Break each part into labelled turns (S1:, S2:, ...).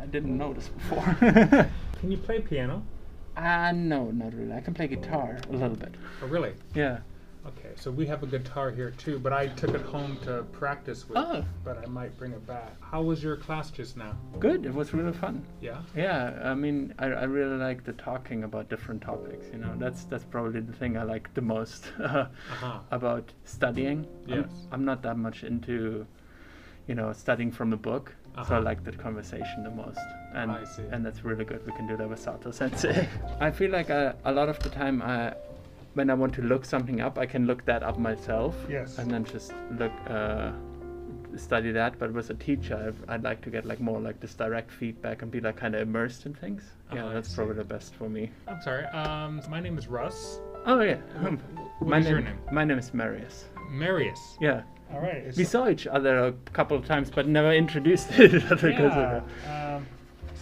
S1: I didn't notice before.
S2: Can you play piano?
S1: Ah, no, not really. I can play guitar a little bit.
S2: Oh, really?
S1: Yeah.
S2: Okay, so we have a guitar here too, but I took it home to practice with.
S1: Oh.
S2: But I might bring it back. How was your class just now?
S1: Good. It was really fun.
S2: Yeah.
S1: Yeah, I mean, I, I really like the talking about different topics. You know, that's that's probably the thing I like the most
S2: Uh-huh.
S1: about studying. I'm-
S2: Yes.
S1: I'm, not that much into, you know, studying from a book. So I
S2: Uh-huh.
S1: like that conversation the most, and
S2: I see.
S1: and that's really good. We can do that with Sato Sensei. I feel like I, a lot of the time I. When I want to look something up, I can look that up myself,
S2: Yes.
S1: and then just look, uh, study that. But with a teacher, i I'd like to get like more like this direct feedback and be like kind of immersed in things.
S2: Uh-huh,
S1: yeah,
S2: I
S1: that's
S2: see.
S1: probably the best for me.
S2: I'm sorry. Um, my name is Russ.
S1: Oh yeah, um,
S2: what
S1: my
S2: is
S1: name,
S2: your name?
S1: My name is Marius.
S2: Marius.
S1: Yeah,
S2: All right.
S1: we saw each other a couple of times, but never introduced each other. 'cause
S2: yeah.
S1: of
S2: Um,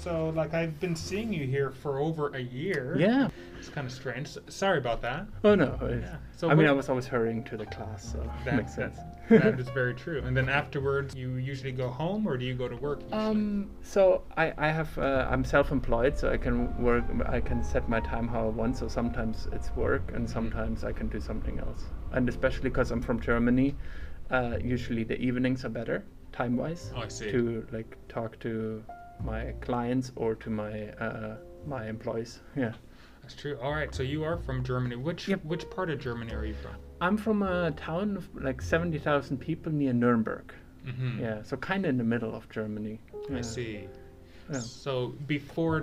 S2: so like I've been seeing you here for over a year.
S1: that. yeah.
S2: It's kind of strange. S- Sorry about that.
S1: Oh no.
S2: Yeah. So
S1: I mean,
S2: what-
S1: I was always hurrying to the class, so
S2: That-
S1: makes sense.
S2: That, that is very true. And then afterwards, you usually go home, or do you go to work? Usually?
S1: Um, so I, I have uh, I'm self-employed, so I can work. I can set my time how I want. So sometimes it's work, and sometimes I can do something else. And especially because I'm from Germany, uh, usually the evenings are better time-wise
S2: Oh, I see.
S1: to like talk to my clients or to my uh, my employees. Yeah,
S2: That's true. All right. So you are from Germany. Which
S1: Yep.
S2: which part of Germany are you from?
S1: I'm from a town of like seventy thousand people near Nuremberg.
S2: Mm-hmm.
S1: Yeah, so kind of in the middle of Germany. Yeah.
S2: I see.
S1: Yeah.
S2: So before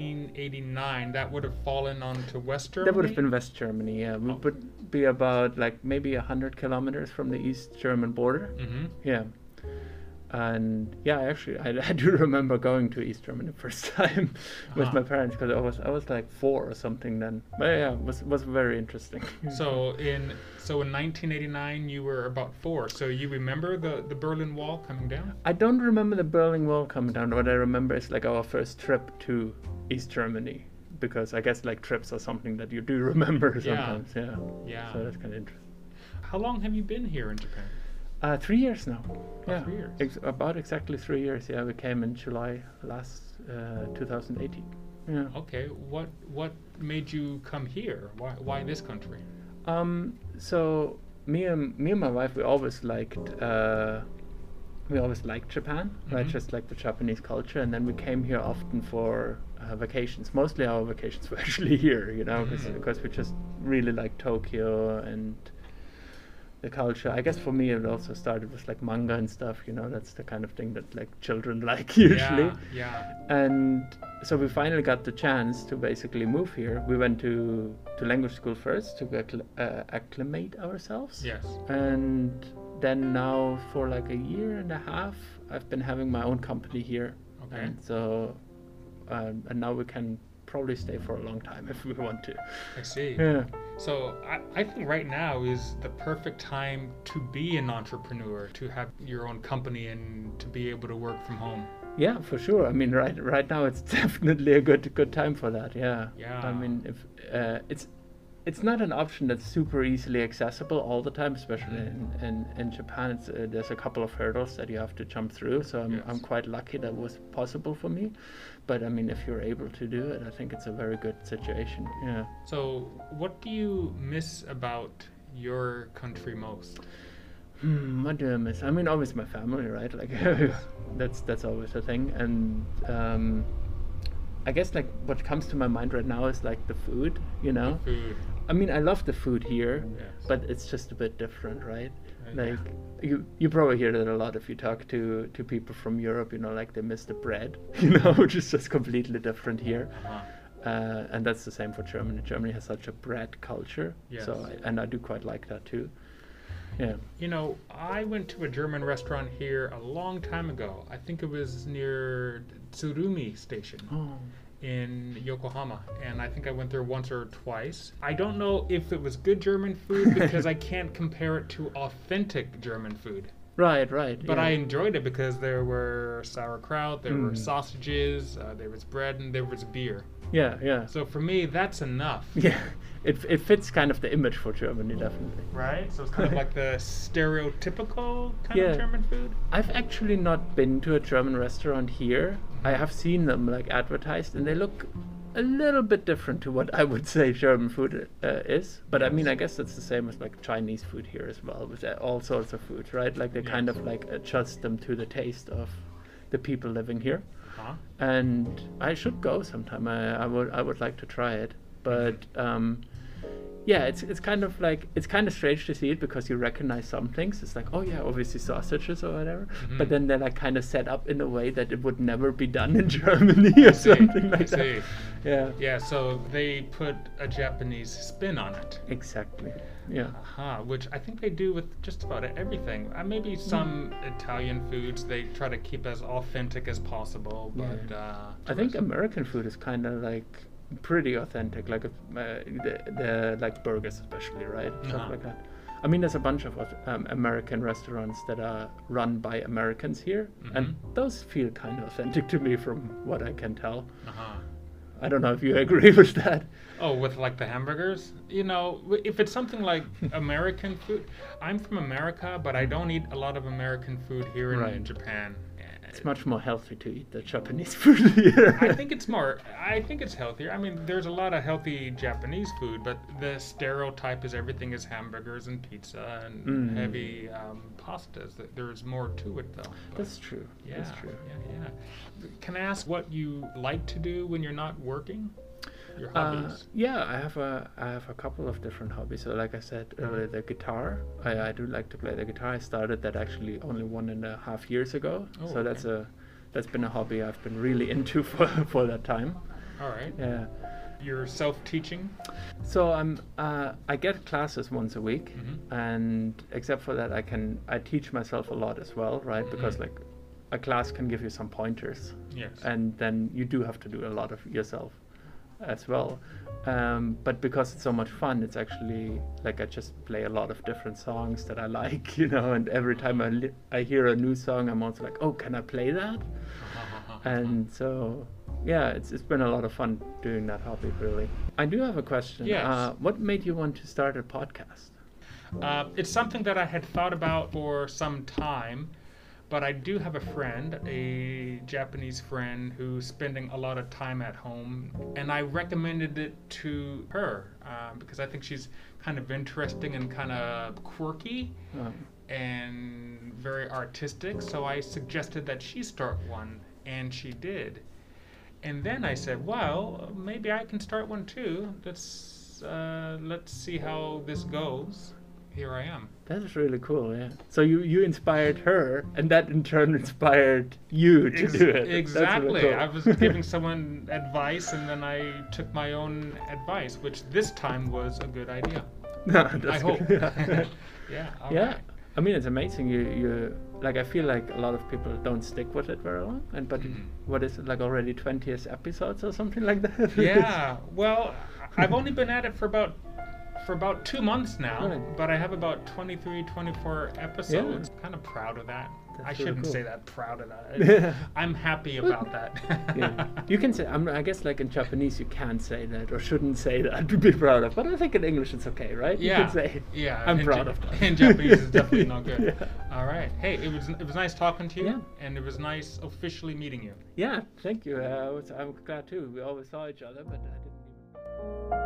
S2: 1989, that would have fallen onto West Germany.
S1: That would have been West Germany, yeah. We
S2: Oh.
S1: would be about like maybe 100 kilometers from the East German border.
S2: hmm
S1: Yeah. And yeah, actually, I, I do remember going to East Germany the first time with
S2: Uh-huh.
S1: my parents because I was I was like four or something then. But yeah, it was was very interesting.
S2: So in so in 1989, you were about four. So you remember the the Berlin Wall coming down?
S1: I don't remember the Berlin Wall coming down. What I remember is like our first trip to East Germany because I guess like trips are something that you do remember
S2: Yeah.
S1: sometimes. Yeah.
S2: Yeah.
S1: So that's kind of interesting.
S2: How long have you been here in Japan?
S1: Uh, three years now.
S2: Oh,
S1: yeah,
S2: three years.
S1: Ex- about exactly three years. Yeah, we came in July last, uh, 2018. Yeah.
S2: Okay. What what made you come here? Why why this country?
S1: Um. So me and me and my wife, we always liked. Uh, we always liked Japan. Right,
S2: Mhm.
S1: just like the Japanese culture, and then we came here often for uh, vacations. Mostly our vacations were actually here, you know, because
S2: Mhm.
S1: we just really like Tokyo and. The culture, I guess, for me, it also started with like manga and stuff. You know, that's the kind of thing that like children like usually. Uh,
S2: Yeah.
S1: and so we finally got the chance to basically move here. We went to to language school first to accl- uh, acclimate ourselves,
S2: yeah. Yes.
S1: and then now for like a year and a half, I've been having my own company here,
S2: Okay.
S1: and so um, and now we can probably stay for a long time if we want to.
S2: I see.
S1: Yeah,
S2: So I, I think right now is the perfect time to be an entrepreneur, to have your own company and to be able to work from home.
S1: yeah, for sure. I mean, right right now it's definitely a good good time for that. Yeah. I
S2: Yeah.
S1: mean, if uh, it's it's not an option that's super easily accessible all the time, especially
S2: Mm.
S1: in, in, in Japan. It's, uh, there's a couple of hurdles that you have to jump through. So I'm,
S2: Yes.
S1: I'm quite lucky that was possible for me. But I mean, if you're able to do it, I think it's a very good situation. Yeah.
S2: So what do you miss about your country most?
S1: Hmm, what do I miss? I mean, always my family, right? Like that's that's always a thing. And um, I guess like what comes to my mind right now is like the food. You know.
S2: Food.
S1: I mean, I love the food here,
S2: Yes.
S1: but it's just a bit different, right?
S2: Right.
S1: Like you, you probably hear that a lot if you talk to to people from Europe. You know, like they miss the bread, you know, which is just completely different here.
S2: Uh-huh.
S1: Uh, and that's the same for Germany. Germany has such a bread culture, so
S2: Yes.
S1: I, and I do quite like that too. Yeah.
S2: You know, I went to a German restaurant here a long time ago. I think it was near Tsurumi Station.
S1: Oh.
S2: in Yokohama, and I think I went there once or twice. I don't know if it was good German food because I can't compare it to authentic German food.
S1: Right, right.
S2: But
S1: yeah.
S2: I enjoyed it because there were sauerkraut, there were
S1: Mm.
S2: sausages, uh, there was bread, and there was beer.
S1: Yeah, yeah.
S2: So for me, that's enough.
S1: yeah, it, it fits kind of the image for Germany, definitely.
S2: Right? So it's kind of like the stereotypical kind
S1: Yeah.
S2: of German food.
S1: I've actually not been to a German restaurant here. I
S2: Mm-hmm.
S1: have seen them like advertised, and they look a little bit different to what I would say German food uh, is. But I mean, I guess that's the same as like Chinese food here as well, with uh, all sorts of food, right? Like they kind of like adjust them to the taste of the people living here.
S2: Huh?
S1: And I should go sometime. I, I would I would like to try it, but. Um, yeah, it's it's kind of like it's kind of strange to see it because you recognize some things. It's like, oh yeah, obviously sausages or whatever. But
S2: Mhm.
S1: then they're like kind of set up in a way that it would never be done in Germany or
S2: see,
S1: something like
S2: I
S1: that.
S2: see.
S1: Yeah.
S2: Yeah, so they put a Japanese spin on it.
S1: Exactly. Yeah.
S2: Aha, which I think they do with just about everything. Uh,
S1: Mm.
S2: maybe some Italian foods they try to keep as authentic as possible, but
S1: Yeah.
S2: uh,
S1: I think
S2: tourist-
S1: American food is kind of like pretty authentic, like uh, the, the like burgers especially, right? Stuff
S2: Uh-huh.
S1: like that. I mean, there's a bunch of um, American restaurants that are run by Americans here, and
S2: Mhm.
S1: those feel kind of authentic to me, from what I can tell.
S2: Uh-huh.
S1: I don't know if you agree with that.
S2: Oh, with like the hamburgers? You know, w- if it's something like American food, I'm from America, but I don't eat a lot of American food here in
S1: Right.
S2: Japan.
S1: It's much more healthy to eat the Japanese food here.
S2: Oh. Uh, I think it's more. I think it's healthier. I mean, there's a lot of healthy Japanese food, but the stereotype is everything is hamburgers and pizza and
S1: Mm.
S2: heavy um, pastas. Th- There's more to it, though. But
S1: that's true.
S2: yeah,
S1: that's true.
S2: Yeah, yeah. Can I ask what you like to do when you're not working? Your
S1: Uh,
S2: hobbies.
S1: yeah, I have a I have a couple of different hobbies. So like I said
S2: Mm-hmm.
S1: earlier, the guitar. I, I do like to play the guitar. I started that actually only one and a half years ago.
S2: Oh,
S1: so that's
S2: okay.
S1: a that's been a hobby I've been really into for for that time.
S2: All right.
S1: Yeah.
S2: You're self-teaching.
S1: So I'm uh, I get classes once a week,
S2: Mhm.
S1: and except for that, I can I teach myself a lot as well, right? Because
S2: Mhm.
S1: like a class can give you some pointers,
S2: Yes.
S1: and then you do have to do a lot of yourself as well. Um, but because it's so much fun, it's actually like I just play a lot of different songs that I like, you know. And every time I li- I hear a new song, I'm also like, oh, can I play that? Uh-huh.
S2: Uh-huh.
S1: And so, yeah, it's it's been a lot of fun doing that hobby. Really, I do have a question.
S2: Yes.
S1: Uh, what made you want to start a podcast?
S2: Uh, it's something that I had thought about for some time, but I do have a friend, a Japanese friend, who's spending a lot of time at home, and I recommended it to her uh, because I think she's kind of interesting and kind of quirky
S1: Um,
S2: and very artistic. So I suggested that she start one, and she did. And then I said, well, maybe I can start one too. Let's uh, let's see how this goes. Here I am.
S1: that is really cool. Yeah. So you you inspired her, and that in turn inspired you to
S2: Ex-
S1: do it.
S2: Exactly.
S1: That's really cool.
S2: I was giving someone advice, and then I took my own advice, which this time was a good idea.
S1: No, that's
S2: I hope.
S1: good. Yeah.
S2: yeah. all
S1: yeah.
S2: right.
S1: I mean, it's amazing. You, you, like, I feel like a lot of people don't stick with it very long. And but
S2: Mhm.
S1: what is it like already twentieth episodes or something like that?
S2: yeah well I- i've only been at it for about for about two months now
S1: Right.
S2: but i have about 23 24 episodes kind of proud of that
S1: That's
S2: i
S1: really
S2: shouldn't
S1: cool.
S2: say that proud of that i'm happy
S1: Well,
S2: about that
S1: yeah. You can say. I'm, I guess, like in Japanese, you can say that or shouldn't say that to be proud of. But I think in English, it's okay, right? You
S2: yeah,
S1: can say.
S2: yeah.
S1: I'm
S2: in
S1: proud
S2: Ja-
S1: of that.
S2: In Japanese, it's definitely not good.
S1: Yeah.
S2: All right. Hey, it was it was nice talking to you,
S1: Yeah.
S2: and it was nice officially meeting you.
S1: Yeah. Thank you. Uh, I was, I'm glad too. We always saw each other, but I didn't even.